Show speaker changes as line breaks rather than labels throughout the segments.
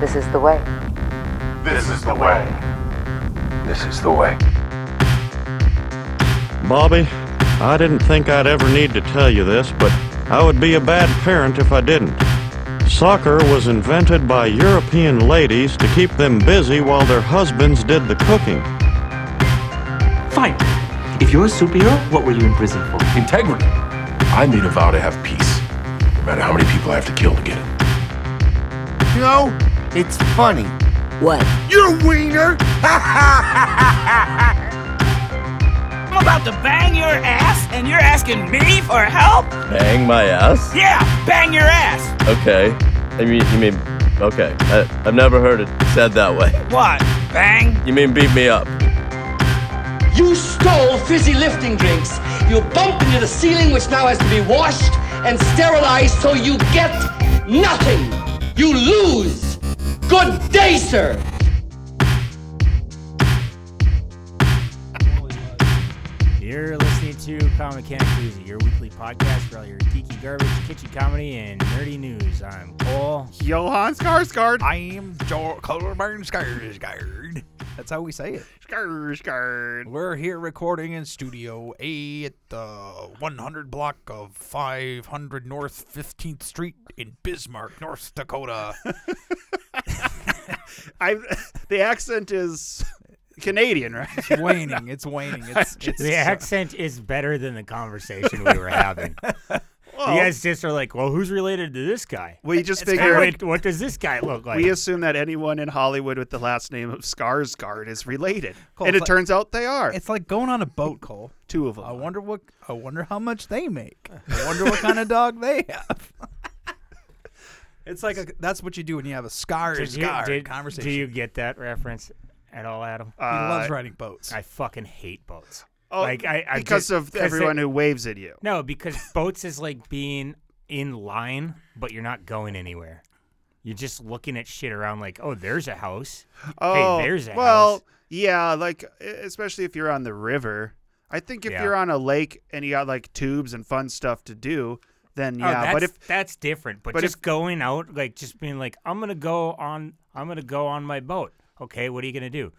This is the way.
This is the way. This is the way.
Bobby, I didn't think I'd ever need to tell you this, but I would be a bad parent if I didn't. Soccer was invented by European ladies to keep them busy while their husbands did the cooking.
Fine. If you're a superhero, what were you in prison for?
Integrity. I made a vow to have peace, no matter how many people I have to kill to get it.
You know, it's funny.
What?
You're wiener!
I'm about to bang your ass, and you're asking me for help?
Bang my ass?
Yeah, bang your ass.
Okay. I mean, you mean, okay. I, I've never heard it said that way.
What? Bang?
You mean beat me up?
You stole fizzy lifting drinks. You bumped into the ceiling, which now has to be washed and sterilized, so you get nothing. You lose. Good day, sir.
You're listening to Comic Canacuzi, your weekly podcast for all your geeky garbage, kitschy comedy, and nerdy news. I'm Cole.
Johan Skarsgård.
I am Joel Colburn Skarsgård. That's how we say it.
Skarsgård.
We're here recording in Studio A at the 100 block of 500 North 15th Street in Bismarck, North Dakota.
I, the accent is Canadian, right?
It's waning. It's waning. It's, it's
The accent is better than the conversation we were having.
Well,
you guys just are like, well, who's related to this guy?
we just
And
figured
what, what does this guy look like?
we assume that anyone in Hollywood with the last name of Skarsgård is related,
Cool,
and it
but-
turns out they are.
It's like going on a boat, Cole.
two of them.
I wonder what. I wonder how much they make. I wonder what kind of dog they have. It's like a, that's what you do when you have a scar
Did you-
scar
did-
conversation.
Do you get that reference at all, Adam?
he loves
Uh,
riding boats.
I fucking hate boats.
oh,
like I, I
because
just-
of
'cause
everyone
they-
who waves at you.
No, because boats is like being in line, but you're not going anywhere. You're just looking at shit around, like, oh, there's a house.
Oh,
hey, there's a
well,
house.
yeah, like e- especially if you're on the river. I think if
Yeah.
you're on a lake and you got like tubes and fun stuff to do, then
Oh,
yeah.
that's,
but if
that's different. But,
but
just
if-
going out, like just being like, I'm gonna go on, I'm gonna go on my boat. Okay, what are you gonna do?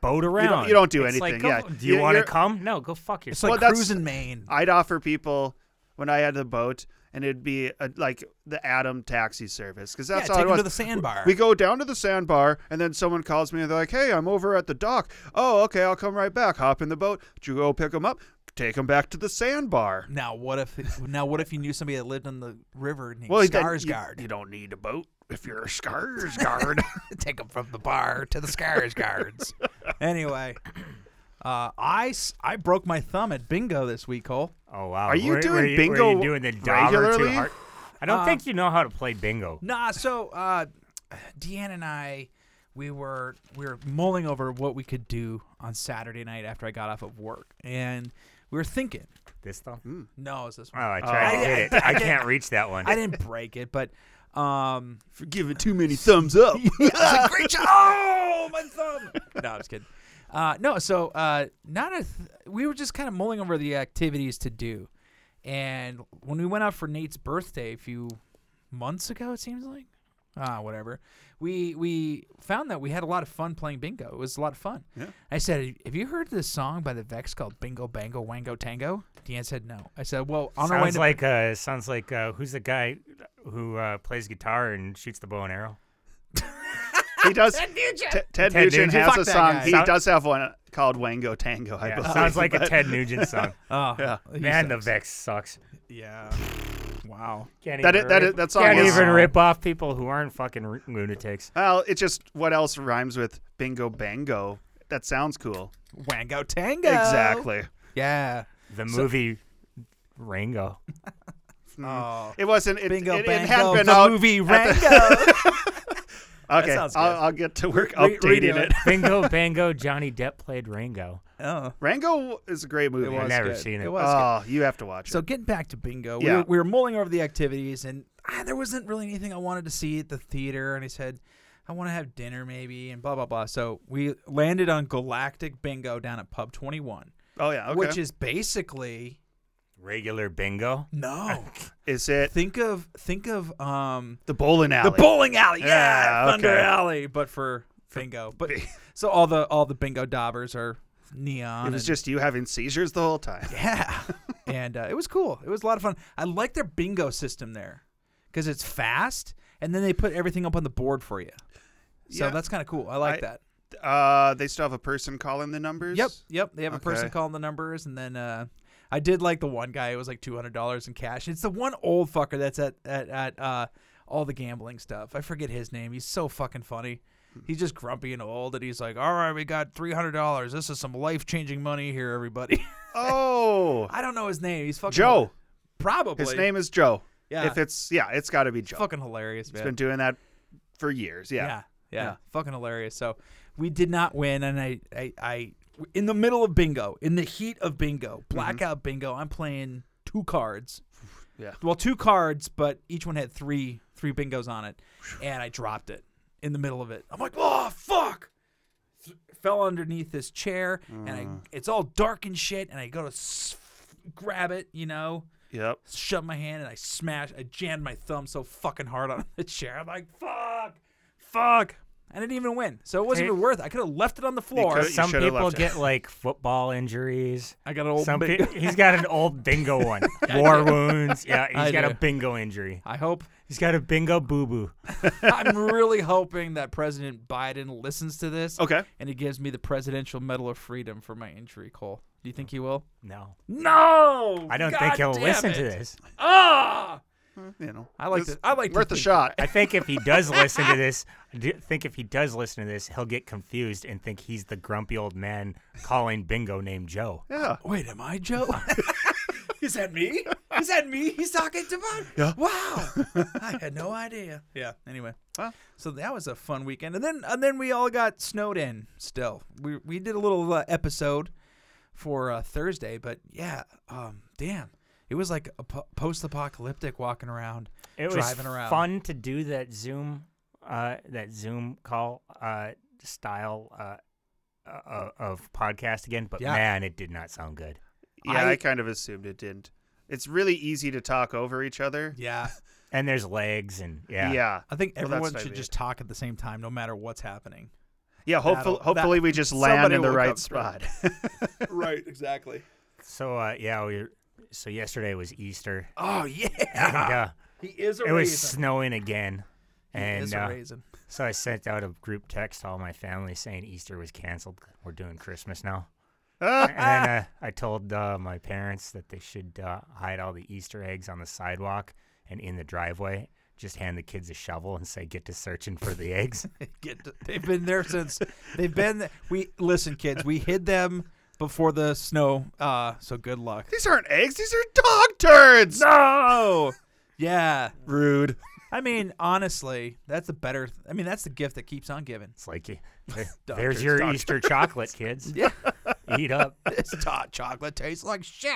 Boat around.
you don't do
It's like,
anything, yeah.
go- do you,
You-
want to
you're-
come? No, go
It's
fuck yourself.
like
well, that's-
cruising Maine.
I'd offer people when I had the boat, and it'd be a, like the Adam taxi service because that's
yeah,
all
take
it
him
was.
to the sandbar.
we go down to the sandbar, and then someone calls me, and they're like, "Hey, I'm over at the dock. Oh, okay, I'll come right back. Hop in the boat. You go pick them up, take them back to the sandbar.
Now what if now what if you knew somebody that lived on the river named
Well, then you-
Skarsgård?
You, don't need a boat if you're a Skarsgård.
Take them from the bar to the Skarsgårds. anyway, uh, I s- I broke my thumb at bingo this week, Cole.
oh wow.
Are you
Were- were
doing
you-
bingo
Were you doing the dollar too
regularly?
hard? I don't
Uh,
think you know how to play bingo.
Nah, so uh, Deanne and I we were we were mulling over what we could do on Saturday night after I got off of work, and we were thinking,
This thumb.
Mm. no, is this
Oh,
one?
I tried to hit it. I can't reach that one.
I didn't break it, but um,
For giving too many thumbs up.
I was like, great job. Oh, my thumb. No, I'm just kidding. Uh, no, so uh, not a. Th- we were just kind of mulling over the activities to do, and when we went out for Nate's birthday a few months ago, it seems like, ah, whatever. We we found that we had a lot of fun playing bingo. It was a lot of fun. Yeah. I said, "Have you heard this song by the Vex called Bingo Bango Wango Tango?" Deanne said, "No." I said, "Well, on our way
Sounds
to
like uh, sounds like uh, who's the guy who uh, plays guitar and shoots the bow and arrow?
he does. Ted Nugent, Ted
Ted
Nugent
Nugent.
has
Fuck
a
that
song.
guy.
He
Sound-
does have one called Wango Tango. I
Yeah,
believe.
sounds like a
but-
Ted Nugent song.
oh
Yeah.
he
Man, the
sucks.
Vex sucks.
yeah, wow.
Can't
That
even
i- that
rip,
i- that song
can't
is-
even rip off people who aren't fucking r- lunatics.
Well, it just what else rhymes with bingo bango? That sounds cool.
Wango Tango.
Exactly.
Yeah.
The movie Rango.
Oh.
It wasn't. It,
Bingo
it, it
Bango,
had been
the
out.
movie
at the-
Rango.
Okay, I'll,
sounds good.
I'll get to work
Re- redo
updating it.
it.
Bingo Bango. Johnny Depp played Rango.
oh,
Rango is a great movie.
it was
never
good.
seen it.
It was good.
Oh, you have to watch
So
it.
getting back to bingo, we,
Yeah.
were, we were mulling over the activities, and ah, there wasn't really anything I wanted to see at the theater. And I said, I want to have dinner maybe, and blah blah blah. So we landed on Galactic Bingo down at Pub Twenty One,
Oh yeah. Okay.
which is basically
Regular bingo?
No.
Is it?
Think of think of um
the bowling alley.
The bowling alley. Yeah,
Yeah,
Thunder
okay.
Alley, but for bingo. But so all the all the bingo daubers are neon.
It was
and-
just you having seizures the whole time.
Yeah. and uh, it was cool. It was a lot of fun. I like their bingo system there because it's fast, and then they put everything up on the board for you. So
Yeah.
that's kind of cool. I like
I-
that.
Uh, they still have a person calling the numbers.
Yep, yep. They have a person
Okay.
calling the numbers, and then uh, I did like the one guy. It was like two hundred dollars in cash. It's the one old fucker that's at at at uh, all the gambling stuff. I forget his name. He's so fucking funny. He's just grumpy and old, and he's like, "All right, we got three hundred dollars. This is some life changing money here, everybody."
Oh,
I don't know his name. He's fucking
Joe.
Probably
His name is Joe.
Yeah.
If it's yeah, it's got to be Joe.
fucking hilarious.
He's
man.
been doing that for years. Yeah.
yeah, yeah, fucking hilarious. So we did not win, and I, I, I, in the middle of bingo, in the heat of bingo,
Mm-hmm.
blackout bingo, I'm playing two cards.
Yeah.
Well, two cards, but each one had three three bingos on it, and I dropped it in the middle of it. I'm like, oh fuck! Th- fell underneath this chair, and I,
Mm.
it's all dark and shit, and I go to s- grab it, you know.
Yep.
Shove my hand and I smashed. I jammed my thumb so fucking hard on the chair. I'm like, fuck, fuck. I didn't even win, so it wasn't
Hey.
even worth. it. I could have left it on the floor.
Some people get like football injuries.
I got an old
Some
bi-
pe- he's got an old bingo one.
I
War
do.
wounds. Yeah, he's
I
got
do.
a bingo injury.
I hope
he's got a bingo boo boo.
I'm really hoping that President Biden listens to this.
Okay.
And he gives me the Presidential Medal of Freedom for my injury, Cole. Do you think he will?
No.
No.
I don't
God
think he'll
damn
listen
it.
to this.
Ah.
You know.
I like
it's
to. I like to
worth a
think-
shot.
I think if he does listen to this, I do think if he does listen to this, he'll get confused and think he's the grumpy old man calling bingo named Joe.
Yeah.
Wait, am I Joe? Is that me? Is that me? He's talking to me.
Yeah.
Wow. I had no idea. Yeah. Anyway.
Well.
So that was a fun weekend, and then and then we all got snowed in. Still, we we did a little uh, episode for uh, Thursday, but yeah, um, damn, it was like a po- post-apocalyptic walking around,
It
driving
was
around.
fun to do that Zoom, uh, that Zoom call uh, style uh, uh, of podcast again. But
Yeah.
man, it did not sound good.
Yeah, I,
I-
kind of assumed it didn't. It's really easy to talk over each other.
Yeah,
And there's legs and yeah.
Yeah.
I think
Well, that's
everyone
what I
should
mean.
just talk at the same time, no matter what's happening.
Yeah. Hopefully,
That'll-
hopefully
that-
we just land
somebody
in the
will
right
come through.
spot.
right. Exactly.
So uh, yeah, we. So yesterday was Easter.
Oh yeah.
And, uh,
He is a
it
raisin.
was snowing again.
He
And
is a
uh,
raisin.
so I sent out a group text to all my family saying Easter was canceled. We're doing Christmas now. and then uh, I told uh, my parents that they should uh, hide all the Easter eggs on the sidewalk and in the driveway. Just hand the kids a shovel and say, "Get to searching for the eggs."
get to, they've been there since they've been th- we listen kids we hid them before the snow uh so good luck
these aren't eggs. These are dog turds.
no yeah
Rude.
i mean honestly that's the better i mean that's the gift that keeps on giving
It's like, you- there-
Doctors,
there's your
doctors.
Easter chocolate, kids.
yeah
Eat up.
this hot chocolate tastes like shit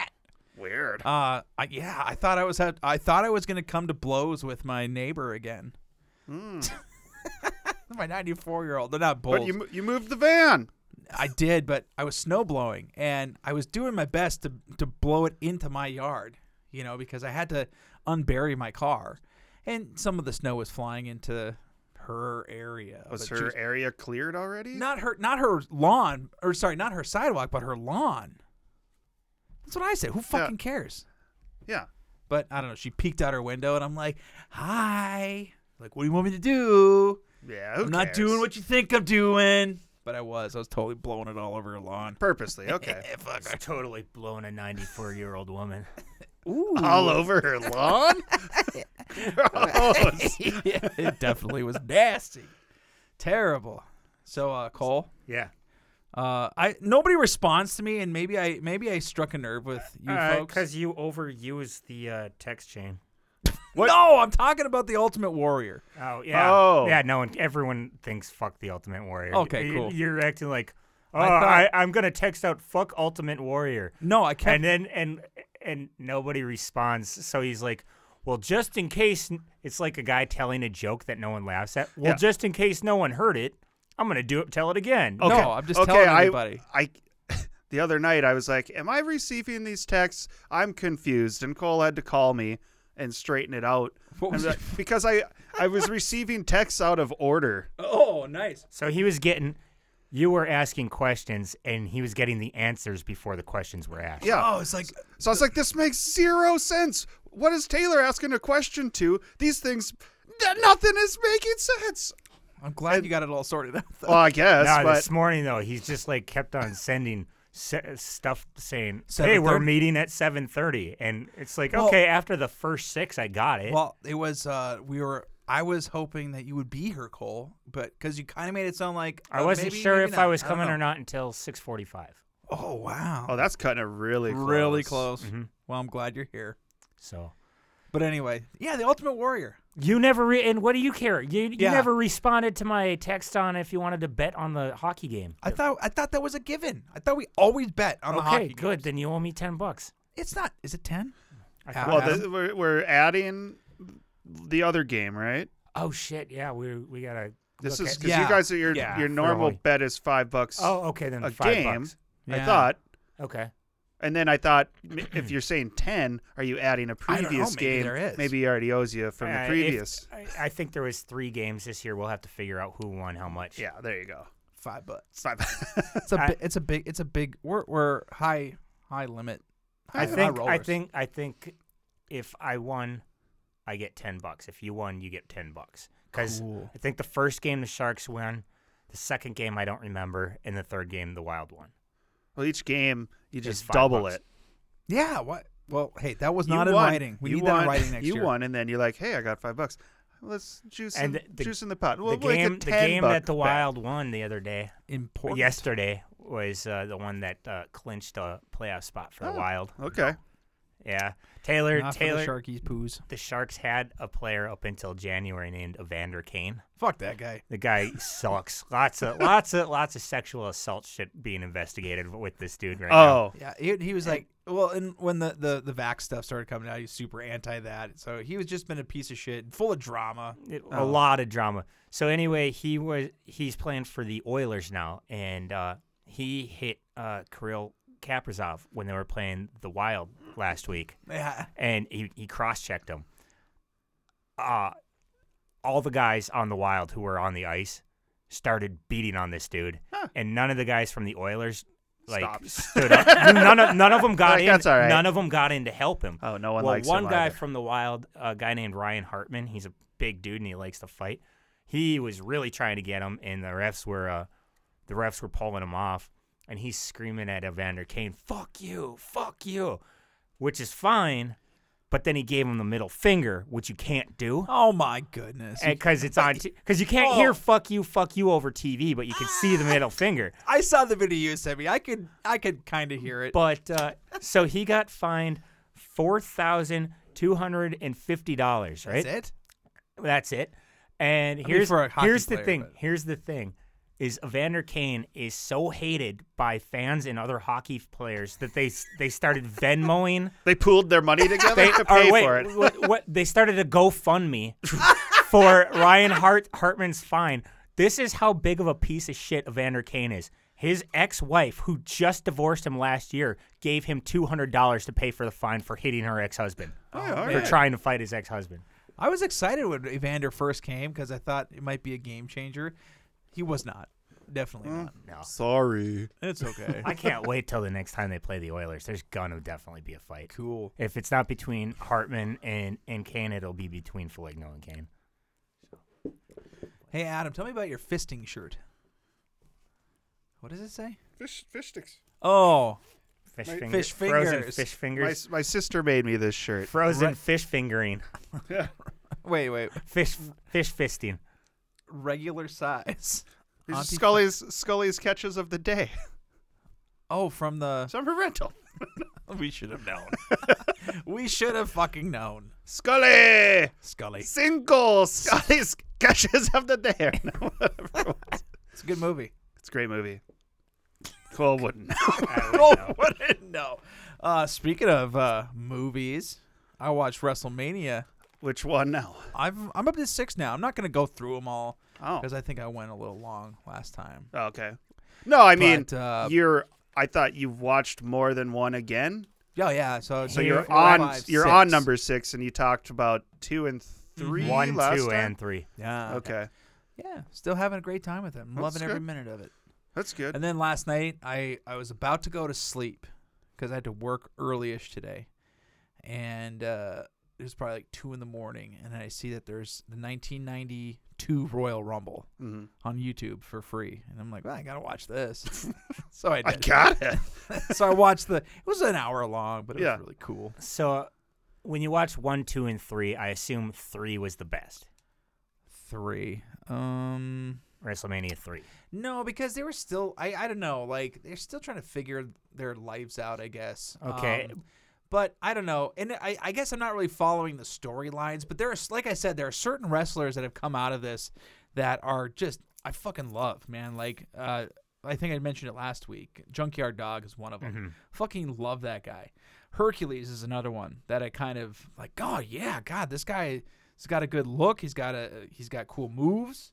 Weird.
uh I, yeah i thought i was had, i thought i was gonna come to blows with my neighbor again my 94 year old they're not bold
Hmm. But you mo- you moved the van.
I did, but I was snow blowing and I was doing my best to to blow it into my yard, you know, because I had to unbury my car. And some of the snow was flying into her area.
Was
but she
her area cleared already?
not her not her lawn or sorry, not her sidewalk, but her lawn. That's what I said. Who fucking cares?
Yeah.
But I don't know, she peeked out her window and I'm like, "Hi." Like, "What do you want me to do?"
Yeah. Who
I'm not
cares?
doing what you think I'm doing. But I was. I was totally blowing it all over her lawn.
purposely. Okay.
Eh, fuck.
It's totally blown a 94 year old woman.
Ooh.
All over her lawn. Gross.
yeah, it definitely was nasty, terrible. So uh, Cole,
Yeah.
uh, I nobody responds to me, and maybe I maybe I struck a nerve with you folks.
Because you overuse the uh, text chain.
No, I'm talking about the Ultimate Warrior.
Oh yeah.
Oh.
Yeah. No one. Everyone thinks fuck the Ultimate Warrior.
Okay,
You-
cool.
You're acting like, oh,
I
I
thought-
I, am gonna text out fuck Ultimate Warrior,
No, I
and
kept.
then and and nobody responds. So he's like, well, just in case, it's like a guy telling a joke that no one laughs at. Well,
Yeah.
just
Oh,
in case no one heard it, I'm gonna do it. Tell it again.
No, I'm just telling everybody.
I, the other night I was like, Am I receiving these texts? I'm confused. And Cole had to call me and straighten it out.
What was
And, uh, because I I was receiving texts out of order.
Oh, nice.
So he was getting, you were asking questions, and he was getting the answers before the questions were asked.
Yeah.
Oh, it's like
So I was like, this makes zero sense. What is Taylor asking a question to? These things n- nothing is making sense.
I'm glad you got it all sorted out. though.
Oh,
Well, I guess,
No,
but
this morning though, he's just like kept on sending se- stuff saying, "Hey,
7:30?
we're meeting at 7:30," and it's like,
Well-
okay, after the first six, I got it.
Well, it was uh we were I was hoping that you would be here, Cole, but because you kind of made it sound like
I
uh,
wasn't
maybe,
sure
maybe
if
not.
I was
don't
coming
know.
or not until 6:45.
Oh wow,
oh, that's cutting it really close.
really close.
Mhm.
Well, I'm glad you're here.
So
But anyway, yeah, the Ultimate Warrior.
you never re- and what do you care? You you
Yeah.
never responded to my text on if you wanted to bet on the hockey game.
I thought I thought that was a given. I thought we always bet on the
okay,
hockey.
good. Then you owe me 10 bucks.
It's not. Is it ten?
I
Adam-
Well,
Adam?
th- we're, we're adding the other game, right?
Oh shit, yeah, we we got to
This is
look at-
because
Yeah.
you guys are your
Yeah,
your normal
really.
bet is five bucks
Oh, okay, then
a
5
game.
bucks.
I
Yeah.
thought,
Okay.
and then I thought m- if you're saying ten, are you adding a
I don't know,
previous
maybe
game?
there is.
he already owes you from
Uh,
the
if-
previous.
I, I think there was three games this year. We'll have to figure out who won how much.
yeah, there you go.
Five bucks.
It's not
It's a
I-
bi- it's a big it's a big we're we're high high limit.
I
high
think I
rollers.
think I think if I won, I get ten bucks. If you won, you get ten bucks. Because
Cool.
I think the first game the Sharks win, the second game I don't remember, and the third game the Wild won.
well, each game you just
five
double
bucks.
it.
Yeah. What? Well, hey, that was
You
not in
won.
writing. We
you
need
won.
that in writing next
you
year.
won, and then you're like, hey, I got five bucks. Let's juice
And
in,
the- the-
juice in the pot. We'll
the
make
game,
a
the
10
game
buck
that the
bet.
Wild won the other day,
Important.
yesterday, was uh, the one that uh, clinched a playoff spot for
Oh,
the Wild.
Okay.
Yeah, Taylor.
Not
Taylor.
for the Sharkies poos.
the Sharks had a player up until January named Evander Kane.
Fuck that guy.
The guy sucks. Lots of lots of lots of sexual assault shit being investigated with this dude right now.
Oh,
Yeah, he, he was like, well, and when the, the the vax stuff started coming out, he's super anti that. So he was just been a piece of shit, full of drama.
It- a lot of drama. So anyway, he was he's playing for the Oilers now, and uh, he hit uh, Kirill Kaprizov when they were playing the Wild last week,
Yeah,
and he he cross checked him. Uh all the guys on the Wild who were on the ice started beating on this dude, and none of the guys from the Oilers. Like
Stopped.
stood up. None of none of them got
Like,
in.
"That's all right."
None of them got in to help him.
Oh, no one
well,
likes
one
him
guy
either.
from the Wild, a guy named Ryan Hartman. He's a big dude and he likes to fight. He was really trying to get him, and the refs were uh, the refs were pulling him off, and he's screaming at Evander Kane, "Fuck you, fuck you," which is fine, but then he gave him the middle finger, which you can't do.
Oh my goodness.
Because it's on, because you can't hear "fuck you, fuck you" over TV, but you can see the middle finger.
I saw the video you sent me. I could I could kind of hear it.
But uh, so he got fined four thousand two hundred and fifty dollars. Right?
That's it.
That's it. And here's
for a hockey
here's the
player,
thing.
but-
Here's the thing. Is Evander Kane is so hated by fans and other hockey players that they they started Venmoing.
they pooled their money together
They
to
or
pay
wait,
for it.
What, what- they started a GoFundMe for Ryan Hart Hartman's fine. This is how big of a piece of shit Evander Kane is. His ex-wife, who just divorced him last year, gave him two hundred dollars to pay for the fine for hitting her ex-husband
all
for
right.
trying to fight his ex-husband.
I was excited when Evander first came because I thought it might be a game changer. He was not. Definitely not.
Sorry.
It's okay.
I can't wait till the next time they play the Oilers. There's gonna definitely be a fight.
cool.
If it's not between Hartman and and Kane, it'll be between Foligno and Kane.
Hey Adam, tell me about your fisting shirt. What does it say?
Fish, fish sticks.
Oh,
Fish,
My-
finger,
fish
frozen
fingers.
fish
My,
fingers,
my sister made me this shirt.
frozen fish fingering,
wait, wait.
fish fish fisting.
Regular size.
These are
Auntie-
Scully's Scully's catches of the day.
Oh, from the.
Summer rental.
We should have known. we should have fucking known,
Scully,
Scully.
single Scully's catches of the day. No, whatever it was.
It's a good movie.
it's a great movie. Cole wouldn't. know.
oh, what a- no. Uh, speaking of uh, movies, I watched WrestleMania.
Which one now?
I've, I'm up to six now. I'm not going to go through them all
Oh,
because I think I went a little long last time.
okay. No, I mean
Oh, But, uh,
you're I thought you've watched more than one again.
Oh yeah, so
So
you-
you're
four,
on
five,
you're on
six.
number six, and you talked about two and three.
One,
last
two,
time?
and uh, three. Yeah.
Okay.
Yeah, still having a great time with him.
That's
loving every
good.
minute of it.
That's good.
And then last night, I I was about to go to sleep because I had to work early-ish today, and uh, it was probably like two in the morning, and I see that there's the 1992 Royal Rumble
Mhm.
on YouTube for free, and I'm like, well, I gotta watch this. so I
I
did.
got it.
so I watched the. It was an hour long, but it was really cool.
So uh, when you watch one, two, and three, I assume three was the best.
Three. Um
WrestleMania three.
No, because they were still I I don't know, like they're still trying to figure their lives out, I guess.
Okay.
Um, but I don't know. And I, I guess I'm not really following the storylines, but there are like I said, there are certain wrestlers that have come out of this that are just I fucking love, man. Like uh I think I mentioned it last week. Junkyard Dog is one of them. Fucking love that guy. Hercules is another one that I kind of like, oh yeah, god, this guy has got a good look. He's got a he's got cool moves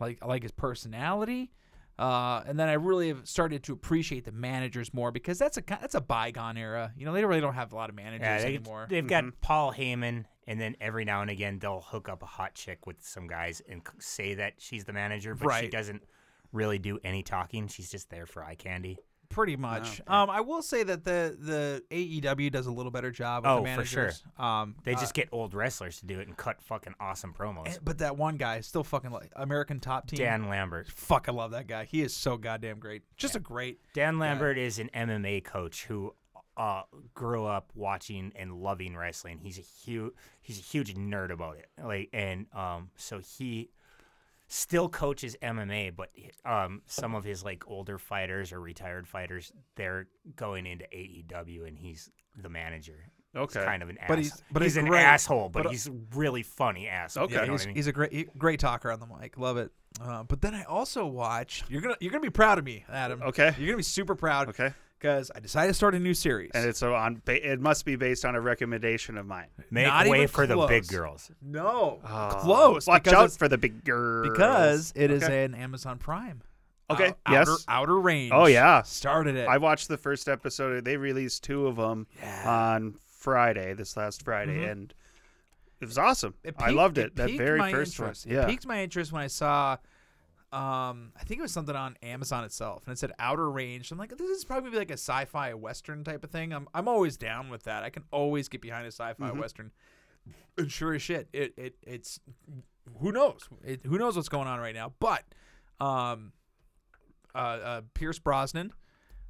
like I like his personality. Uh, and then I really have started to appreciate the managers more because that's a ki- that's a bygone era. You know, they really don't have a lot of managers
Yeah, they,
anymore.
they've got Paul Heyman, and then every now and again they'll hook up a hot chick with some guys and c- say that she's the manager, but she
Right.
doesn't really do any talking. She's just there for eye candy.
pretty much. Um, I will say that the the AEW does a little better job. With
Oh,
the
for
managers.
sure.
Um,
They
uh,
just get old wrestlers to do it and cut fucking awesome promos.
and- eh, but that one guy is still fucking like American Top Team.
Dan Lambert.
Fuck, I love that guy. He is so goddamn great. Just a great.
Dan Lambert is an MMA coach who uh, grew up watching and loving wrestling. He's a huge he's a huge nerd about it. Like and um, so he still coaches MMA, but um, some of his like older fighters or retired fighters they're going into AEW, and he's the manager.
Okay.
he's kind of an ass.
But he's- but
he's
he's
an
great.
asshole, but,
But, uh,
he's really funny asshole.
Yeah,
you know
he's,
what I mean?
he's a great he- great talker on the mic. Love it. Uh, but then I also watch. You're gonna you're gonna be proud of me, Adam.
Okay.
You're gonna be super proud.
Okay.
Because I decided to start a new series.
And it's on. ba- It must be based on a recommendation of mine.
Make
Not
way
even
for the big
close.
girls.
No,
Oh.
close.
Watch
because
out
it's-
for the big girls.
Because it is
Okay.
an Amazon Prime.
Okay.
Ou-
yes.
outer- Outer Range.
Oh yeah.
Started it.
I watched the first episode. They released two of them on Friday, this last Friday,
Mhm.
and it was awesome.
It
I
piqued-
loved it. that
piqued
very
my
first
interest.
one. Yeah.
It piqued my interest when I saw. Um, I think it was something on Amazon itself, and it said Outer Range. I'm like, this is probably gonna be like a sci-fi western type of thing. I'm I'm always down with that. I can always get behind a sci-fi
Mm-hmm.
Mhm.
western. And sure as shit, it, it it's who knows it, who knows what's going on right now. But um, uh, uh Pierce Brosnan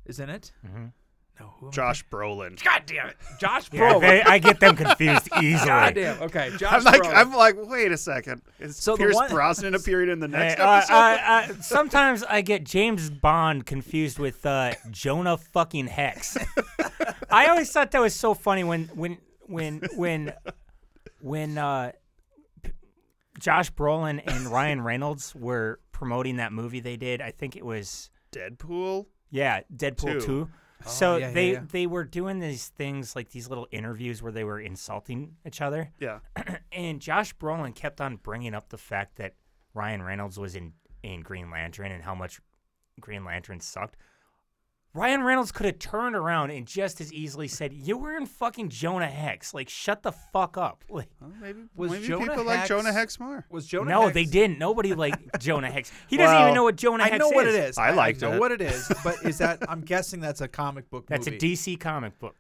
is in it.
Hmm.
Mhm.
No, who am I
Josh Brolin.
God damn it, Josh
Yeah,
Brolin.
they- I get them confused easily.
God damn. Okay, Josh
I'm like,
Brolin.
I'm like, wait a second. Is
So the
Pierce
one-
Brosnan appeared in the
Hey,
next
uh,
episode?
I- I- sometimes I get James Bond confused with uh, Jonah fucking Hex. I always thought that was so funny when when when when when uh, P- Josh Brolin and Ryan Reynolds were promoting that movie they did. I think it was
Deadpool.
Yeah, Deadpool
Two.
two.
Oh,
So
yeah, yeah,
they
yeah.
they were doing these things like these little interviews where they were insulting each other.
Yeah.
and Josh Brolin kept on bringing up the fact that Ryan Reynolds was in in Green Lantern and how much Green Lantern sucked. Ryan Reynolds could have turned around and just as easily said, "You were in fucking Jonah Hex. Like, shut the fuck up." Like,
maybe
Was
maybe
Jonah
people like
Hex-
Jonah Hex more.
Was Jonah?
no,
Hex-
they didn't. Nobody liked Jonah Hex. He doesn't
Well,
even know what Jonah
I
Hex is.
know what it is. I
like
know what it is, but is that I'm guessing that's a comic book
That's
movie.
a DC comic book.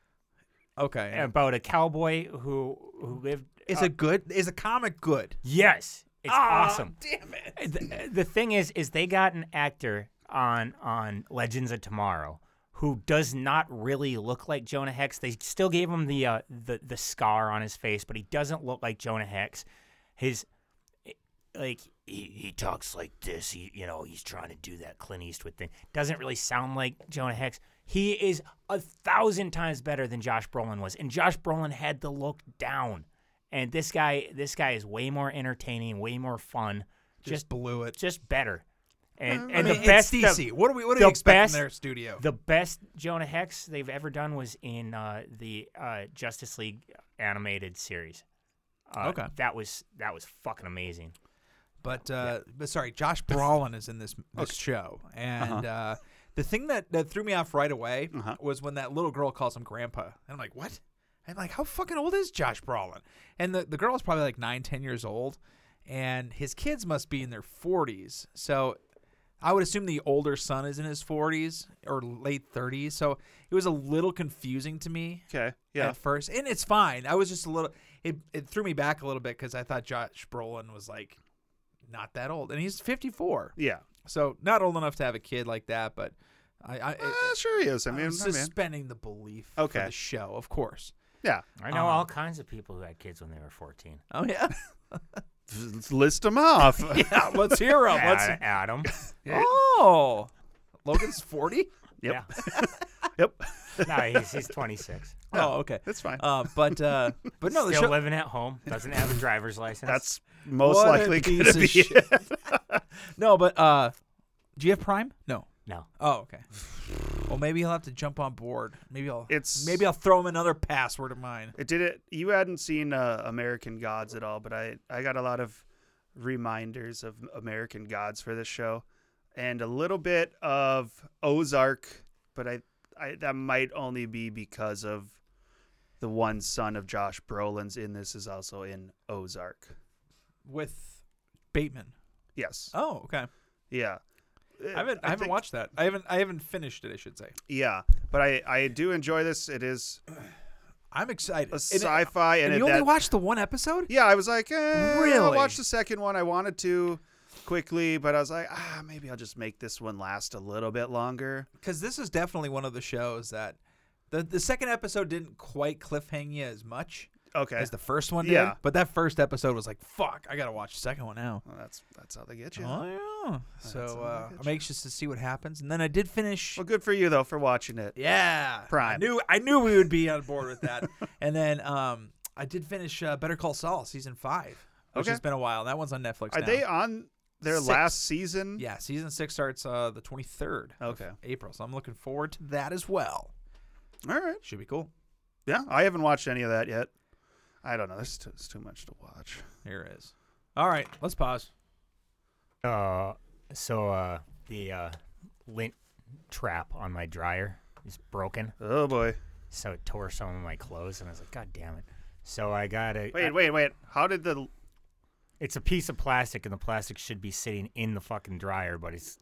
Okay.
About a cowboy who who lived.
Is
uh,
it good? Is a comic good?
Yes, it's
Ah,
awesome.
Damn it!
The, the thing is, is they got an actor on on Legends of Tomorrow who does not really look like Jonah Hex. They still gave him the uh, the the scar on his face, but he doesn't look like Jonah Hex. His like he, he talks like this. He you know he's trying to do that Clint Eastwood thing. Doesn't really sound like Jonah Hex. He is a thousand times better than Josh Brolin was, and Josh Brolin had the look down. And this guy, this guy is way more entertaining, way more fun. Just,
blew it.
Just better. And,
I mean,
and the
it's
best
DC.
The,
What do we- what do we
the
expect from
best-
their studio?
The best Jonah Hex they've ever done was in uh, the uh, Justice League animated series. Uh,
Okay.
that was that was fucking amazing.
But uh, but sorry, Josh Brolin is in this, this show, and uh
Uh-huh.
The thing that, that threw me off right away was when that little girl calls him grandpa. And I'm like, what? I'm like, how fucking old is Josh Brolin? And the, the girl's probably like nine, ten years old. And his kids must be in their 40s. So I would assume the older son is in his 40s or late 30s. So it was a little confusing to me.
Okay. Yeah.
At first. And it's fine. I was just a little, it, it threw me back a little bit because I thought Josh Brolin was like not that old. And he's 54.
Yeah.
So not old enough to have a kid like that, but I. I
uh, sure he is. I mean, I mean-
I'm suspending the belief
Okay.
for the show, of course.
Yeah.
I know
Um,
all kinds of people who had kids when they were 14.
Oh, yeah.
Let's list them off.
yeah, let's hear him. Let's...
Ad- Adam.
Oh, Logan's forty.
Yep.
no, he's, he's 26.
Oh, okay,
that's fine.
Uh, but uh, but no, the
Still
show.
living at home, doesn't have a driver's license.
That's most
What a
likely going
piece
to
of
be
shit. no, but uh, do you have Prime? No.
No.
Oh, okay. Well, maybe he'll have to jump on board. Maybe I'll.
It's-
maybe I'll throw him another password of mine.
It did it. You hadn't seen uh, American Gods at all, but I I got a lot of reminders of American Gods for this show, and a little bit of Ozark, but I I that might only be because of the one son of Josh Brolin's in this is also in Ozark.
with Bateman.
Yes.
Oh, okay.
Yeah. Uh,
I haven't I, haven't
think-
watched that. I haven't I haven't finished it. I should say.
Yeah, but I I do enjoy this. It is
I'm excited. And
a
it-
sci-fi, and,
and
it-
you only
that-
watched the one episode?
Yeah, I was like, eh, I'll
Really?
watch the second one. I wanted to quickly, but I was like, ah, maybe I'll just make this one last a little bit longer.
Because this is definitely one of the shows that the the second episode didn't quite cliffhang you as much
Okay.
as the first one did.
Yeah.
But that first episode was like, fuck, I gotta watch the second one now.
Well, that's that's how they get you. huh?
Oh yeah. So
sounds
uh,
like it.
I'm anxious to see what happens. And then I did finish.
Well, good for you though for watching it.
Yeah. I
Prime.
knew I knew we would be on board with that. and then um, I did finish uh, Better Call Saul season five, which
Okay.
has been a while. That one's on Netflix.
Are
now.
they on their
Six.
last season?
Yeah, season six starts uh, the 23rd of
Okay.
April. So I'm looking forward to that as well.
All right.
Should be cool.
Yeah, I haven't watched any of that yet. I don't know. There's too, it's too much to watch.
Here it is. All right, let's pause.
Uh, so uh, the uh, lint trap on my dryer is broken,
Oh boy.
so it tore some of my clothes, and I was like, God damn it! So I got a.
Wait, wait, wait. How did the
It's a piece of plastic, and the plastic should be sitting in the fucking dryer, but it's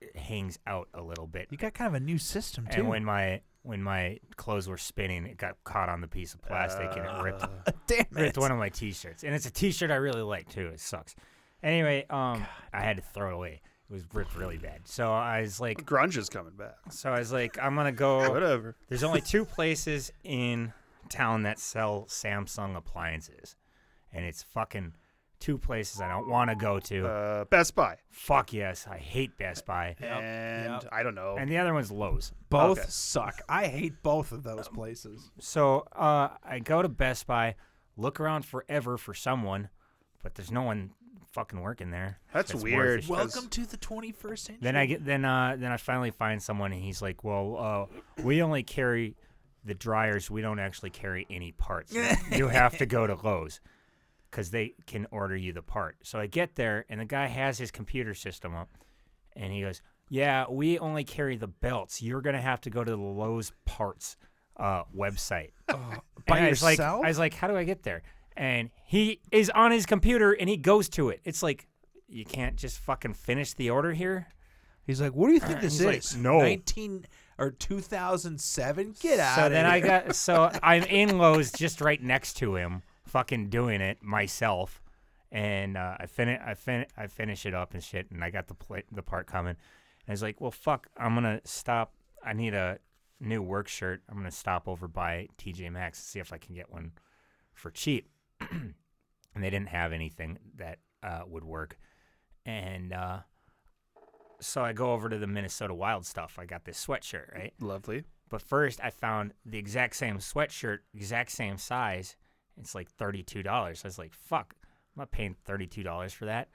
it hangs out a little bit.
You got kind of a new system too.
And when my when my clothes were spinning, it got caught on the piece of plastic, and it ripped
Damn it!
ripped one of my t-shirts, and it's a t-shirt I really like too. It sucks. Anyway, um, I had to throw it away. It was ripped really bad. So I was like,
grunge is coming back?
so I was like, I'm gonna go.
Whatever.
There's only two places in town that sell Samsung appliances, and it's fucking two places I don't want to go to.
Uh, Best Buy
Fuck yes, I hate Best Buy,
and
yep.
I don't know.
and the other one's Lowe's.
both
Okay.
suck. I hate both of those places.
So uh, I go to Best Buy, look around forever for someone, but there's no one fucking working there.
That's
worth
weird.
it.
Well-
Welcome to the 21st century.
Then I get then uh, then I finally find someone and he's like, "Well, uh, we only carry the dryers. We don't actually carry any parts. you have to go to Lowe's because they can order you the part." So I get there and the guy has his computer system up, and he goes, "Yeah, we only carry the belts. You're gonna have to go to the Lowe's parts uh, website."
Uh, by
And I was like-
yourself?
I was like, how do I get there? And he is on his computer and he goes to it. It's like, you can't just fucking finish the order here.
He's like, "What do you think this
He's like,
is?
"No."
19 or 2007? Get out!"
so
of
then
here.
I got, so I'm in Lowe's just right next to him, fucking doing it myself. And uh, I finish, I fin, I finish it up and shit. And I got the pla the part coming. And I was like, well, fuck, I'm gonna stop. I need a new work shirt. I'm gonna stop over by TJ Maxx and see if I can get one for cheap. and they didn't have anything that uh, would work. And uh, so I go over to the Minnesota Wild stuff. I got this sweatshirt, right?
Lovely.
But first, I found the exact same sweatshirt, exact same size. It's like thirty-two dollars. I was like, "Fuck, I'm not paying thirty-two dollars for that."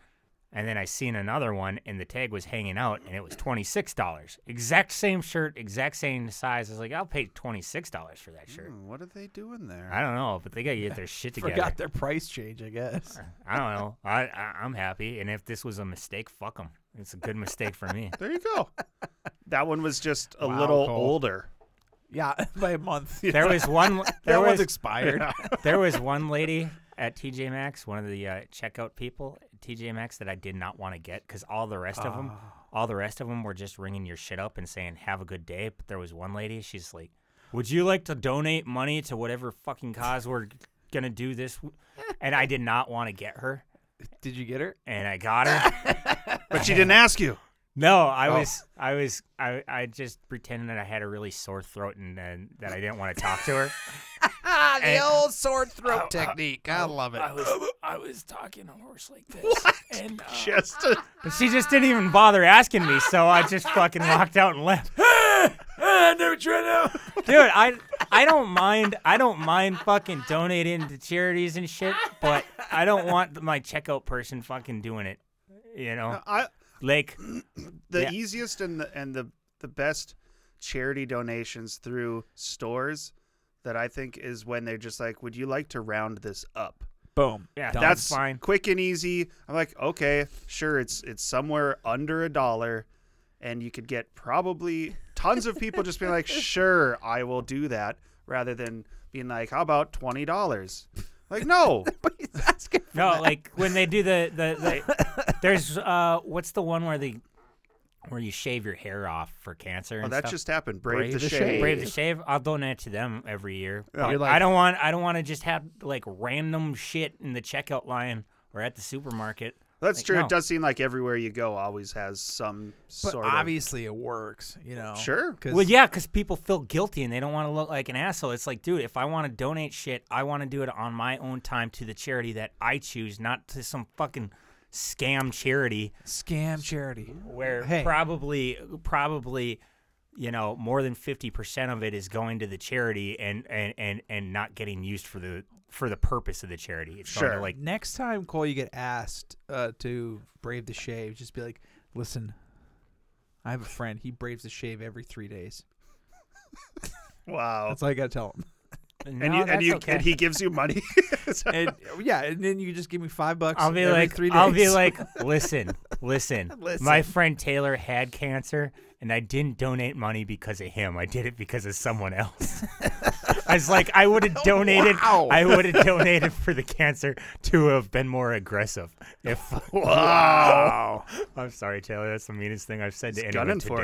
And then I seen another one, and the tag was hanging out, and it was twenty six dollars. Exact same shirt, exact same size. I was like, I'll pay twenty six dollars for that shirt.
what are they doing there?
I don't know, but they gotta get their shit together.
Forgot their price change, I guess.
I don't know. I, I I'm happy, and if this was a mistake, fuck them. It's a good mistake for me.
There you go. That one was just a
Wow,
little
Cole.
older.
Yeah, by a month.
There was one.
That
There
one's
was
expired.
there was one lady at TJ Maxx, one of the uh, checkout people at TJ Maxx that I did not want to get because all the rest of them,
Oh.
all the rest of them were just ringing your shit up and saying "Have a good day." But there was one lady. She's like, "Would you like to donate money to whatever fucking cause we're gonna do this?" w-" And I did not want to get her,
Did you get her?
and I got her.
But she didn't ask you.
No, I
Oh.
was, I was, I, I just pretended that I had a really sore throat and, and that I didn't want to talk to her.
Ah, the
And- Oh,
old sword throat technique. I, love it.
I was I was talking on horse like this. What? And uh,
Just
But she just didn't even bother asking me, so I just fucking walked out and left.
I never tried out.
Dude, I I don't mind I don't mind fucking donating to charities and shit, but I don't want my checkout person fucking doing it. You know?
I
Like
the
Yeah.
easiest and the and the the best charity donations through stores that I think is when they're just like, "Would you like to round this up?"
Boom.
yeah,
Done.
That's
fine.
quick and easy. I'm like, okay, sure. It's it's somewhere under a dollar, and you could get probably tons of people just being like, sure, I will do that, rather than being like, how about twenty dollars? Like, no,
No, like when they do the the, the there's uh what's the one where they where you shave your hair off for cancer
oh,
and
that
stuff?
just happened. Brave,
Brave
the,
the
shade.
Shade.
Brave the Shave. I'll donate to them every year.
Yeah.
But
You're like-
I don't want. I don't want to just have like random shit in the checkout line or at the supermarket.
That's
Like,
true.
no.
It does seem like everywhere you go always has some
But
sort
obviously it works, you know.
Sure.
'cause-
Well, yeah, because people feel guilty and they don't want to look like an asshole. It's like, dude, if I want to donate shit, I want to do it on my own time to the charity that I choose, not to some fucking scam charity
Scam charity.
where
Hey.
probably probably you know more than 50% of it is going to the charity and and and, and not getting used for the for the purpose of the charity it's going
Sure.
to like
Next time, Cole, you get asked uh, to brave the shave, just be like, listen, I have a friend. He braves the shave every three days.
of
Oh.
wow.
That's all you got to tell him.
and
"No,
you and
that's
you
okay."
and he gives you money.
And yeah, and then you just give me five bucks.
I'll be
every
like,
three days.
I'll be like, listen, listen, My
Listen.
friend Taylor had cancer, and I didn't donate money because of him. I did it because of someone else. I was like, I would have donated.
Wow.
I would have donated for the cancer to have been more aggressive. If
wow.
I'm sorry, Taylor, that's the meanest thing I've said to anyone
Gunning
today.
for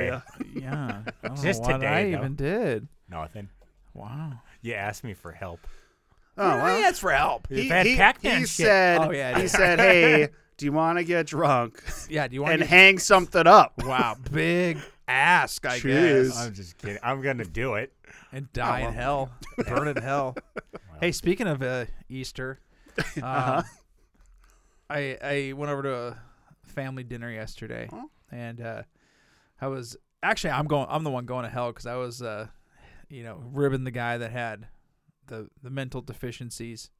you.
yeah, I don't know
Just
what I
today, though.
even did.
Nothing.
Wow.
You asked me for help.
Oh, wow.
That's for help.
You've had Pac-Man
he
shit.
said,
Oh, yeah, I
he
did.
said, hey, do you want to get drunk
Yeah. Do you want
and
to?
hang something up?
wow, big ask, I
Cheers.
guess,
I'm just kidding. I'm gonna do it.
and die in hell, Oh, burn in hell. Hey, speaking of uh, Easter, uh, I I went over to a family dinner yesterday, and uh, I was actually I'm going I'm the one going to hell because I was uh, you know ribbing the guy that had the the mental deficiencies,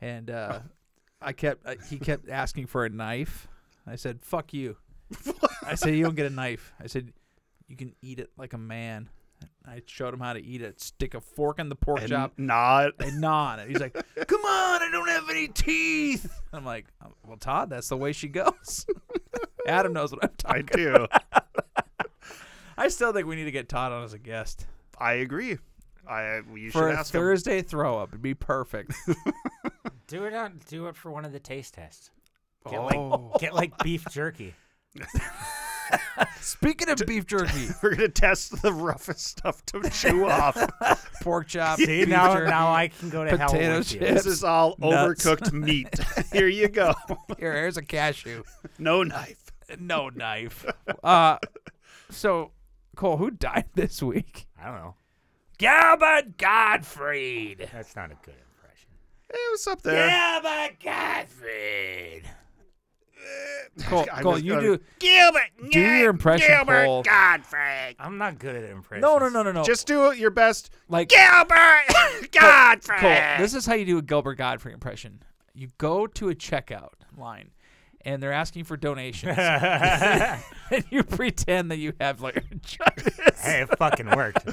and uh, I kept I, he kept asking for a knife. I said fuck you. I said you don't get a knife. I said you can eat it like a man. I showed him how to eat it. Stick a fork in the pork
And
chop
not.
and gnaw on it. He's like, "Come on, I don't have any teeth." I'm like, "Oh, "Well, Todd, that's the way she goes." Adam knows what I'm
I
talking.
do.
I still think we need to get Todd on as a guest
I agree. I you
for
should
a
ask him.
Thursday throw up. It'd be perfect.
Do it on. Do it for one of the taste tests. Get
Oh.
like get like beef jerky.
Speaking of beef jerky,
We're gonna test the roughest stuff to chew off.
pork chop,
See
beef
now,
jerky,
now I can go to hell
potato
with you.
chips.
This is all
Nuts.
overcooked meat. Here you go.
Here, here's a cashew.
No knife.
No knife. Uh, so Cole, who died this week?
I don't know.
Gilbert Gottfried.
That's not a good impression.
It was up there.
Gilbert Gottfried.
Cole,
I
Cole
was
you
gonna-
do Gilbert. Do your impression,
Gilbert
Cole.
Godfrey.
I'm not good at impressions.
No, no, no, no, no.
Just do your best.
like
Gilbert Godfrey.
Cole, this is how you do a Gilbert Godfrey impression. You go to a checkout line
and they're asking for donations. and you pretend that you have like arthritis.
Hey, it fucking worked.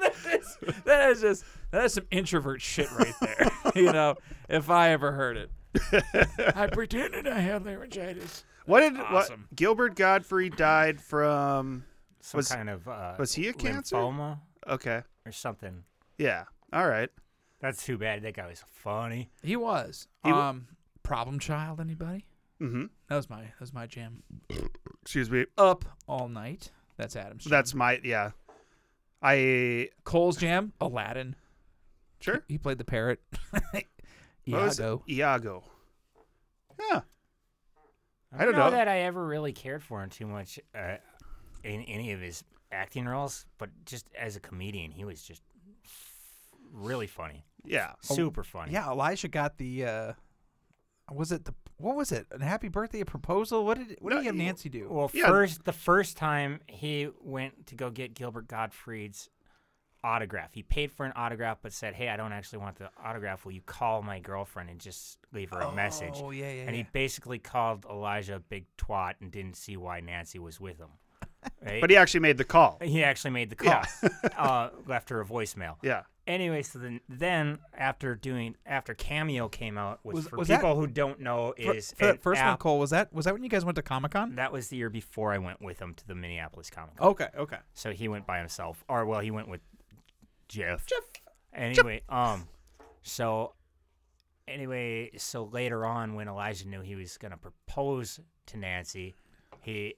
that, is, that is just that is some introvert shit right there. you know, if I ever heard it. I pretended I had laryngitis.
What did what, Gilbert Godfrey died from?
Some
was,
kind of uh,
was he a cancer?
lymphoma
Okay.
or something.
Yeah. All right.
That's too bad. That guy was funny.
He was.
He wa-
um problem child anybody?
Mm-hmm.
That was my that was my jam.
Excuse me.
Oh,
Up all night. That's Adam's jam.
That's my yeah. I
Cole's jam, Aladdin.
sure.
He played the parrot.
What was it?
Iago.
Iago. Yeah.
I
I don't
don't know,
know.
that I ever really cared for him too much uh, in any of his acting roles, but just as a comedian, he was just really funny,
Yeah.
super funny.
Oh, Yeah, Elijah got the. Uh, was it the what was it? A happy birthday, a proposal? What did what
No,
did he have
you-
Nancy do?
Well,
Yeah.
first the first time he went to go get Gilbert Gottfried's autograph, he paid for an autograph, but said, "Hey, I don't actually want the autograph. Will you call my girlfriend and just leave her a message?"
Oh, yeah, yeah,
And he
yeah.
basically called Elijah a big twat and didn't see why Nancy was with him. Right?
But he actually made the call.
He actually made the call.
Yeah.
uh, left her a voicemail.
Yeah.
Anyway, so then, then after doing after Cameo came out, which
Was-
for
was that-
people who don't know
For-
is
for that
an
first one,
app-
Cole was that was that when you guys went to Comic Con?
That was the year before I went with him to the Minneapolis Comic Con.
Okay, okay.
So he went by himself, or well, he went with Jeff. Jeff. Anyway, um, so anyway, so later on, when Elijah knew he was gonna propose to Nancy, he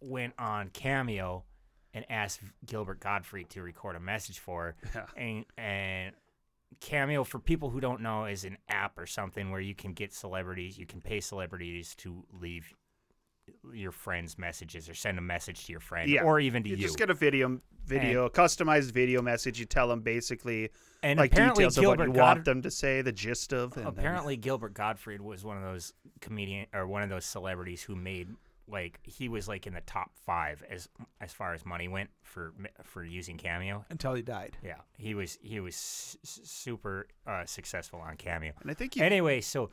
went on Cameo and asked Gilbert Godfrey to record a message for her. And, and Cameo, for people who don't know, is an app or something where you can get celebrities, you can pay celebrities to leave your friends messages or send a message to your friend
Yeah.
or even to you.
you just get a video video a customized video message. You tell them basically
And
like
apparently
details of
Gilbert
what you
Godfrey-
want them to say, the gist of. And then-
Apparently, Gilbert Gottfried was one of those comedian or one of those celebrities who made like he was like in the top five as as far as money went for for using Cameo.
Until he died.
Yeah, he was he was s- s- super uh, successful on Cameo.
And I think you-
anyway, so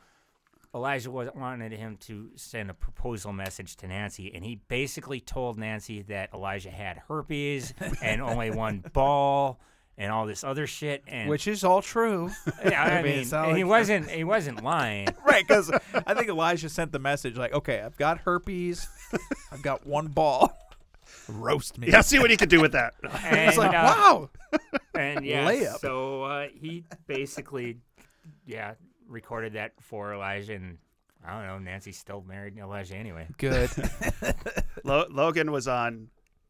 Elijah was wanted him to send a proposal message to Nancy, and he basically told Nancy that Elijah had herpes and only one ball and all this other shit. And
Which is all true.
yeah, I,
I mean,
mean,
it's not
and he
like-
wasn't he wasn't lying.
right, because I think Elijah sent the message like, okay, I've got herpes, I've got one ball. Roast me.
yeah, see what he could do with that.
And,
It's like,
uh,
wow.
and yeah,
layup.
so uh, he basically, yeah, recorded that for Elijah, and I don't know. Nancy's still married to Elijah anyway.
Good.
Lo- Logan was on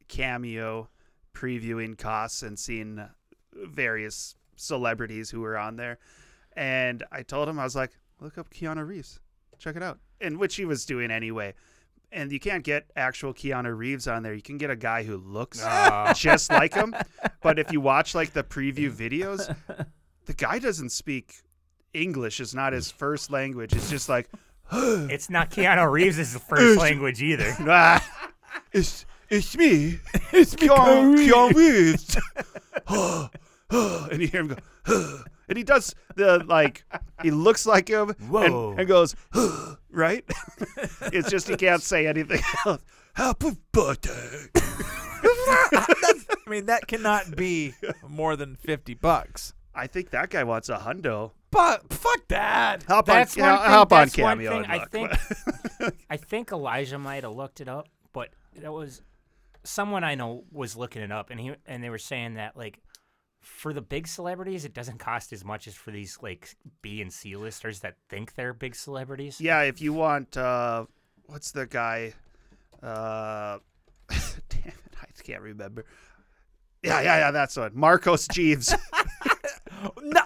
Cameo previewing costs and seeing various celebrities who were on there. And I told him, I was like, look up Keanu Reeves, check it out. And which he was doing anyway. And you can't get actual Keanu Reeves on there. You can get a guy who looks just like him. But if you watch like the preview videos, the guy doesn't speak English. It's not his first language. It's just like,
It's not Keanu Reeves' first language either.
ah.
It's it's me.
It's me,
Keanu Keanu Reeves.
and you hear him go, and he does the like, he looks like him and-
Whoa.
And, goes, right? it's just he can't say anything else.
Happy birthday.
I mean, that cannot be more than 50 bucks.
I think that guy wants a hundo.
But fuck that.
Hop
That's
on,
one
hop
thing-
hop on
that's one
cameo.
thing
and
I
look.
think- I think Elijah might have looked it up, but that was someone I know was looking it up, and he and they were saying that like for the big celebrities, it doesn't cost as much as for these like B and C listers that think they're big celebrities.
yeah, if you want, uh, what's the guy? Uh, damn it, I can't remember. Yeah, yeah, yeah, that's one. Marcos Jeeves.
No,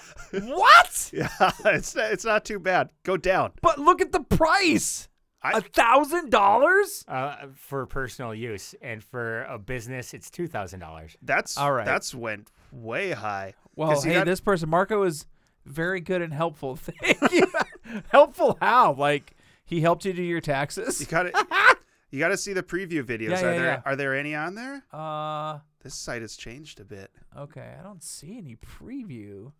what?
yeah, it's it's not too bad. Go down.
But look at the price.
I-
A thousand dollars?
Uh, for personal use and for a business, it's two thousand dollars.
That's
All right.
That's went way high.
Well,
'Cause he
hey,
got-
this person, Marco, is very good and helpful. Thank you. helpful how? Like he helped you do your
you
taxes?
gotta you gotta see the preview videos.
Yeah,
are
yeah,
there
yeah.
are there any on there?
Uh,
This site has changed a bit.
okay. I don't see any preview.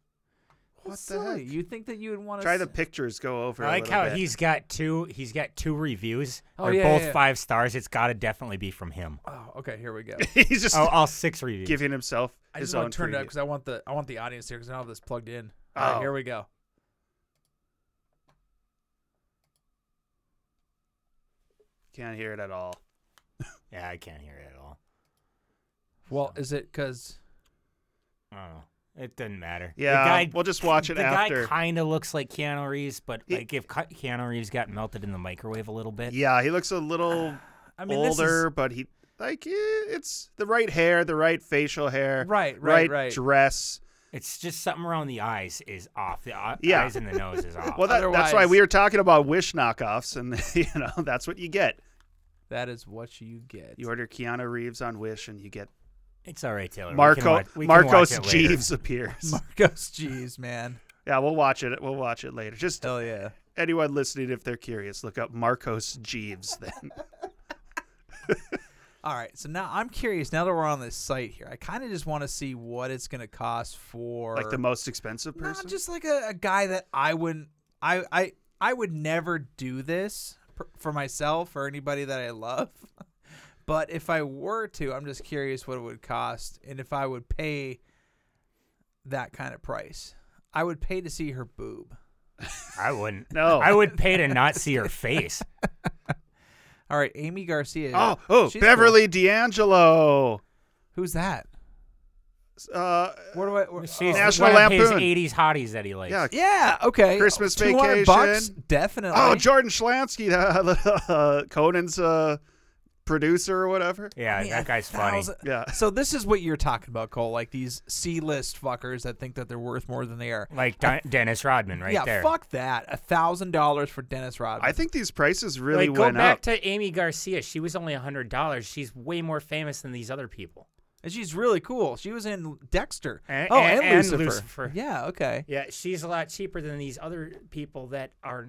What
That's silly. You think that you would want to
Try the pictures go over.
I
a
like
little
how
bit.
he's got two. He's got two reviews.
Oh,
They're
yeah,
both
yeah, yeah.
five stars. It's got to definitely be from him.
Oh, okay. Here we go.
he's just
oh, all six reviews.
giving himself
I
his
just
own
want to turn it up
preview.
because I want the I want the audience here because I don't have this plugged in. All right,
Oh.
here we go.
Can't hear it at all.
yeah, I can't hear it at all.
Well, is it because
I don't know. Oh, It doesn't matter. The
Yeah,
guy-
we'll just watch it
the
after.
guy kind of looks like Keanu Reeves, but
It-
like if Ka- Keanu Reeves got melted in the microwave a little bit.
Yeah, he looks a little
Eh. I mean, this
older, but he like eh, it's the right hair, the right facial hair,
Right, right, right.
dress.
It's just something around the eyes is off. The eye-
Yeah.
eyes and the nose is off.
Well, that, that's why
Oh, Otherwise-
we were talking about Wish knockoffs, and you know that's what you get.
that is what you get?
You order Keanu Reeves on Wish, and you get
it's all right, Taylor. We can
Marco
watch- we can watch
Marcos
it later.
Jeeves appears.
Marcos, jeez, man,
yeah, we'll watch it. We'll watch it later. Just
hell yeah.
anyone listening, if they're curious, look up Marcos Jeeves. Then
All right, so now I'm curious. Now that we're on this site here, I kind of just want to see what it's going to cost for
like the most expensive
No,
person.
just like a, a guy that I wouldn't. I I I would never do this per, for myself or anybody that I love. but if I were to, I'm just curious what it would cost and if I would pay that kind of price. I would pay to see her boob.
I wouldn't.
No.
I would pay to not see her face.
All right, Amy Garcia.
oh, oh,
she's cool.
Beverly D'Angelo,
Who's that?
uh,
Where do I? Where,
She's
oh,
National
one of his
Lampoon.
'80s hotties that he likes.
yeah,
yeah. Okay.
Christmas
200 Bucks,
Vacation.
definitely.
Oh, Jordan Schlansky, uh, Conan's uh, producer or whatever.
Yeah,
I mean, a
that guy's funny.
thousand-
Yeah.
So this is what you're talking about, Cole. Like these C-list fuckers that think that they're worth more than they are.
Like Di- Dennis Rodman right
yeah,
there.
fuck that. A thousand dollars for Dennis Rodman.
I think these prices really
like, go
went
back
up.
to Amy Garcia. She was only hundred dollars. She's way more famous than these other people.
and she's really cool. She was in Dexter.
And-
oh,
and-
and,
and
Lucifer.
Lucifer.
Yeah. Okay.
Yeah, she's a lot cheaper than these other people that are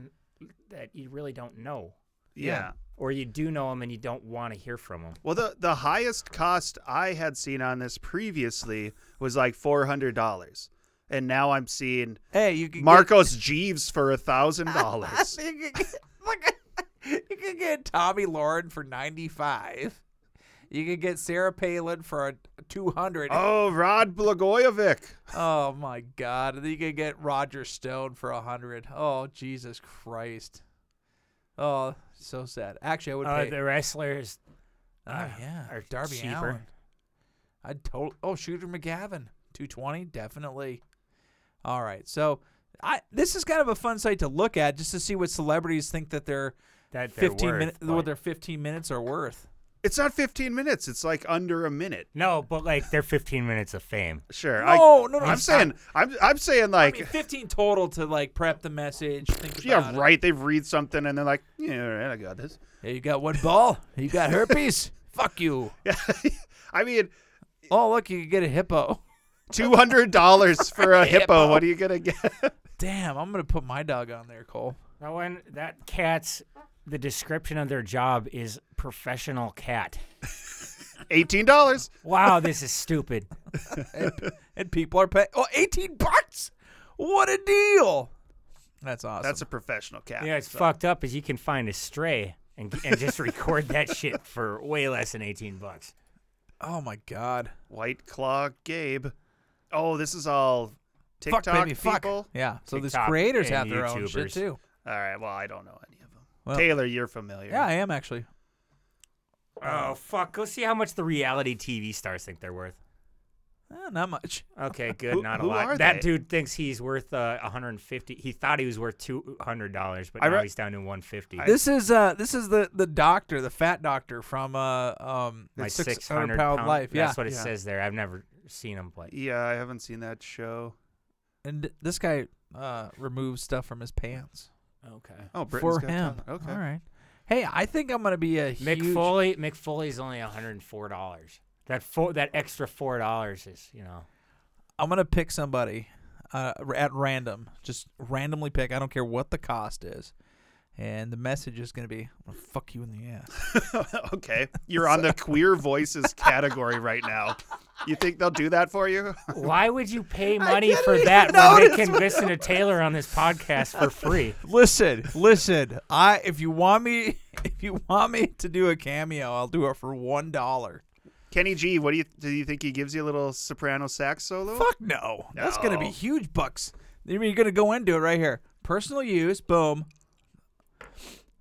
that you really don't know,
yeah.
or you do know them and you don't want to hear from them.
Well, the the highest cost I had seen on this previously was like four hundred dollars, and now I'm seeing
Hey, you can
Marcos Jeeves for a thousand dollars.
Get, you, can get, look, you can get Tommy Lauren for ninety-five. You can get Sarah Palin for a two hundred.
Oh, Rod Blagojevic.
Oh my God! And then you could get Roger Stone for a hundred. Oh Jesus Christ! Oh, so sad. Actually, I would pay.
Uh, the wrestlers.
oh yeah,
are
Darby
cheaper.
Allin. I'd totally. Oh, Shooter McGavin, two twenty, definitely. All right, so I this is kind of a fun site to look at just to see what celebrities think that their
That they're
fifteen
worth,
minutes,
like-
what their fifteen minutes are worth.
It's not fifteen minutes. It's like under a minute.
No, but like they're 15 minutes of fame.
Sure.
No,
I,
no, no,
I'm
it's
saying I'm I'm saying like
I mean, fifteen total to like prep the message. Think
yeah,
about it.
right. They read something and they're like, yeah, all right, I got this.
Yeah, you got one ball. You got herpes. Fuck you.
I mean,
Oh, look, you could get a hippo.
two hundred dollars for a hippo. What are you gonna get?
Damn, I'm gonna put my dog on there, Cole.
That one, that cat's, the description of their job is professional cat.
Eighteen dollars.
Wow, this is stupid.
And people are paying. Oh, 18 bucks! What a deal! That's awesome.
That's a professional cat.
Yeah, it's fucked up. Is you can find a stray and and just record that shit for way less than 18 bucks.
oh my god.
White Claw Gabe. Oh, this is all TikTok
fuck, baby, fuck.
people.
Yeah. So these
TikTok
creators
and
have their own shit
YouTubers.
too.
All right. Well, I don't know any of them.
Well-
Taylor, you're familiar.
Yeah, I am actually.
Oh fuck! Go see how much the reality TV stars think they're worth.
Eh, not much.
Okay, good,
Who-
not a
who
lot.
are
that
they?
dude thinks he's worth uh, 150. He thought he was worth 200 dollars, but
I
now
re-
he's down to 150.
This is uh this is the the doctor, the fat doctor from uh um
My
600
600
pound,
pound-
life. Yeah.
That's what it
Yeah. E
says there. I've never seen him play.
Yeah, I haven't seen that show.
and this guy uh removes stuff from his pants
Okay.
Oh, Britain's
for
Got
him.
Talent. Okay.
All right. Hey, I think I'm gonna be a
Mick
huge
Foley. Mick Foley's only 104 dollars. That four, that extra four dollars is, you know.
I'm gonna pick somebody uh, r- at random, just randomly pick. I don't care what the cost is, and the message is going to be, "I'm gonna fuck you in the ass."
okay, you're on the queer voices category right now. You think they'll do that for you?
Why would you pay money for that when they can listen to Taylor on this podcast for free?
Listen, listen. I if you want me, if you want me to do a cameo, I'll do it for one dollar.
Kenny G, what do you do? You think he gives you a little soprano sax solo?
Fuck no. That's gonna be huge bucks. I mean, you're gonna go into it right here. Personal use, boom.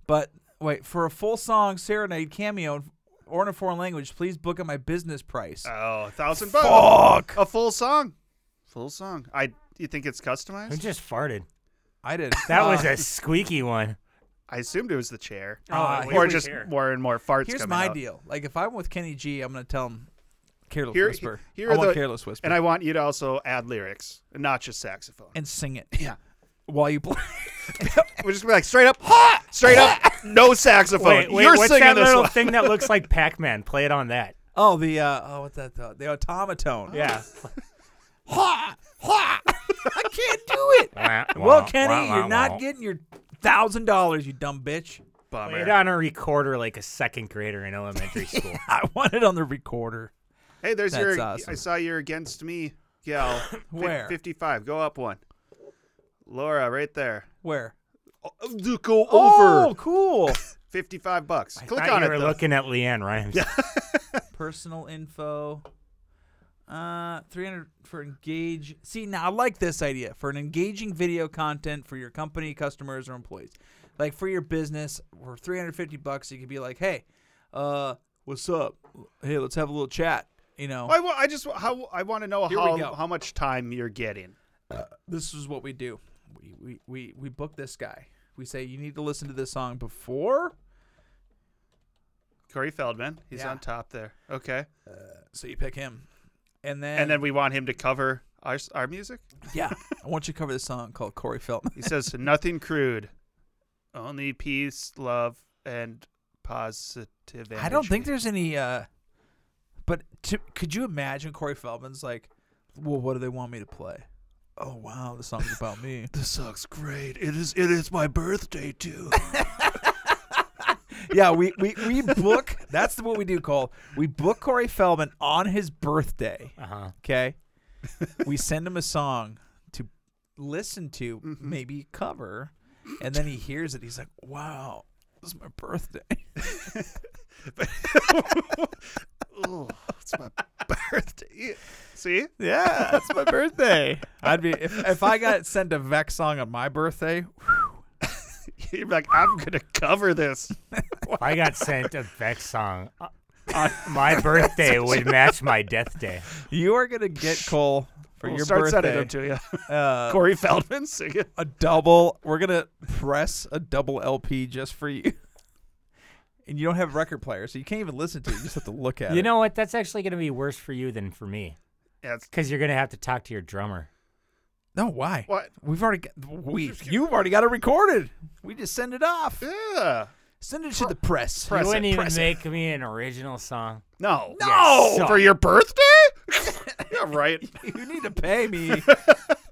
But wait, for a full song serenade cameo or in a foreign language, please book at my business price.
Oh, a thousand bucks. Fuck. A full song. Full song. I. You think it's customized?
Who just farted?
I did.
That
Uh,
was a squeaky one.
I assumed it was the chair.
Oh, Uh,
or
where's
just
the chair?
more and more farts.
Here's
coming
my
out.
deal. Like if I'm with Kenny G, I'm gonna tell him careless
Here,
whisper.
here
I
are
want
the-
careless whisper
And I want you to also add lyrics, and not just saxophone.
and sing it. Yeah. While you play.
We're just gonna be like straight up, ha, straight up, no saxophone.
Wait, wait,
You're
what's
singing
that
this
little
one.
thing that looks like Pac-Man? Play it on that.
Oh, the uh, oh, what's that? The, the automatone.
Yeah.
Ha ha! I can't do it.
Wah, wah,
well, Kenny,
wah,
you're
wah.
not getting your thousand dollars, you dumb bitch.
Play it on a recorder like a second grader in elementary school.
I want it on the recorder.
Hey, there's
That's
your. I
awesome.
saw your against me gal. Fif-
Where?
Fifty-five. Go up one. Laura, right there.
Where?
Oh, Go
Oh,
over.
cool.
Fifty-five bucks.
I
Click
thought
on
you
it.
were
though.
looking at Leanne Rhymes.
Personal info. Uh, three hundred for engage. See, now I like this idea for an engaging video content for your company, customers, or employees. Like for your business, for three hundred fifty bucks, you could be like, "Hey, uh, what's up? Hey, let's have a little chat." You know,
Oh, I, wa- I just wa- how I want to know
Here we
how
go.
how much time you're getting.
this is what we do. We we we, we book this guy. We say you need to listen to this song before,
Corey Feldman, he's
Yeah.
on top there. Okay,
so you pick him, and then
and then we want him to cover our s- our music.
yeah. I want you to cover this song called Corey Feldman.
He says nothing crude, only peace, love, and positive.
I don't think
energy."
there's any. uh But to, could you imagine Corey Feldman's like, well, what do they want me to play? Oh wow, the song's about me.
This sucks great. It is it is my birthday too.
yeah, we, we we book. That's what we do, Cole. We book Corey Feldman on his birthday.
Uh-huh.
Okay. we send him a song to listen to,
Mm-hmm.
maybe cover, and then he hears it. He's like, wow, this is my birthday.
Oh, it's my birthday. See,
Yeah, that's my birthday. I'd be if, if I got sent a Vex song on my birthday.
you're like, I'm gonna cover this.
If I got sent a Vex song, uh, on my birthday would match my death day.
You are gonna get Cole for
We'll
your
start sending
birthday.
them to you.
uh,
Corey Feldman singing.
a double. We're gonna press a double LP just for you. And you don't have a record player, so you can't even listen to it. You just have to look at it.
You know what? That's actually going to be worse for you than for me
Yeah, it's,
because you're going to have to talk to your drummer.
No, why?
What?
We've already got, we you've already got it recorded. We just send it off.
yeah.
Send it to the press.
you wouldn't even
press it.
make me an original song.
No.
No!
For your birthday? yeah, right.
You need to pay me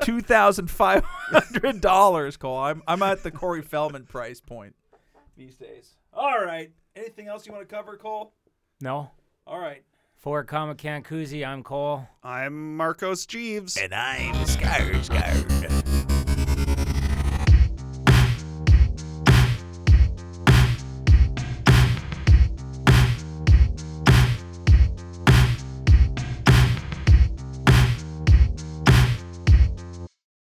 two thousand five hundred dollars, Cole. I'm I'm at the Corey Feldman price point these days. All right. Anything else you want to cover, Cole?
No.
All right.
For Comic Con Koozie, I'm Cole.
I'm Marcos Jeeves.
And I'm Skyr Skyr.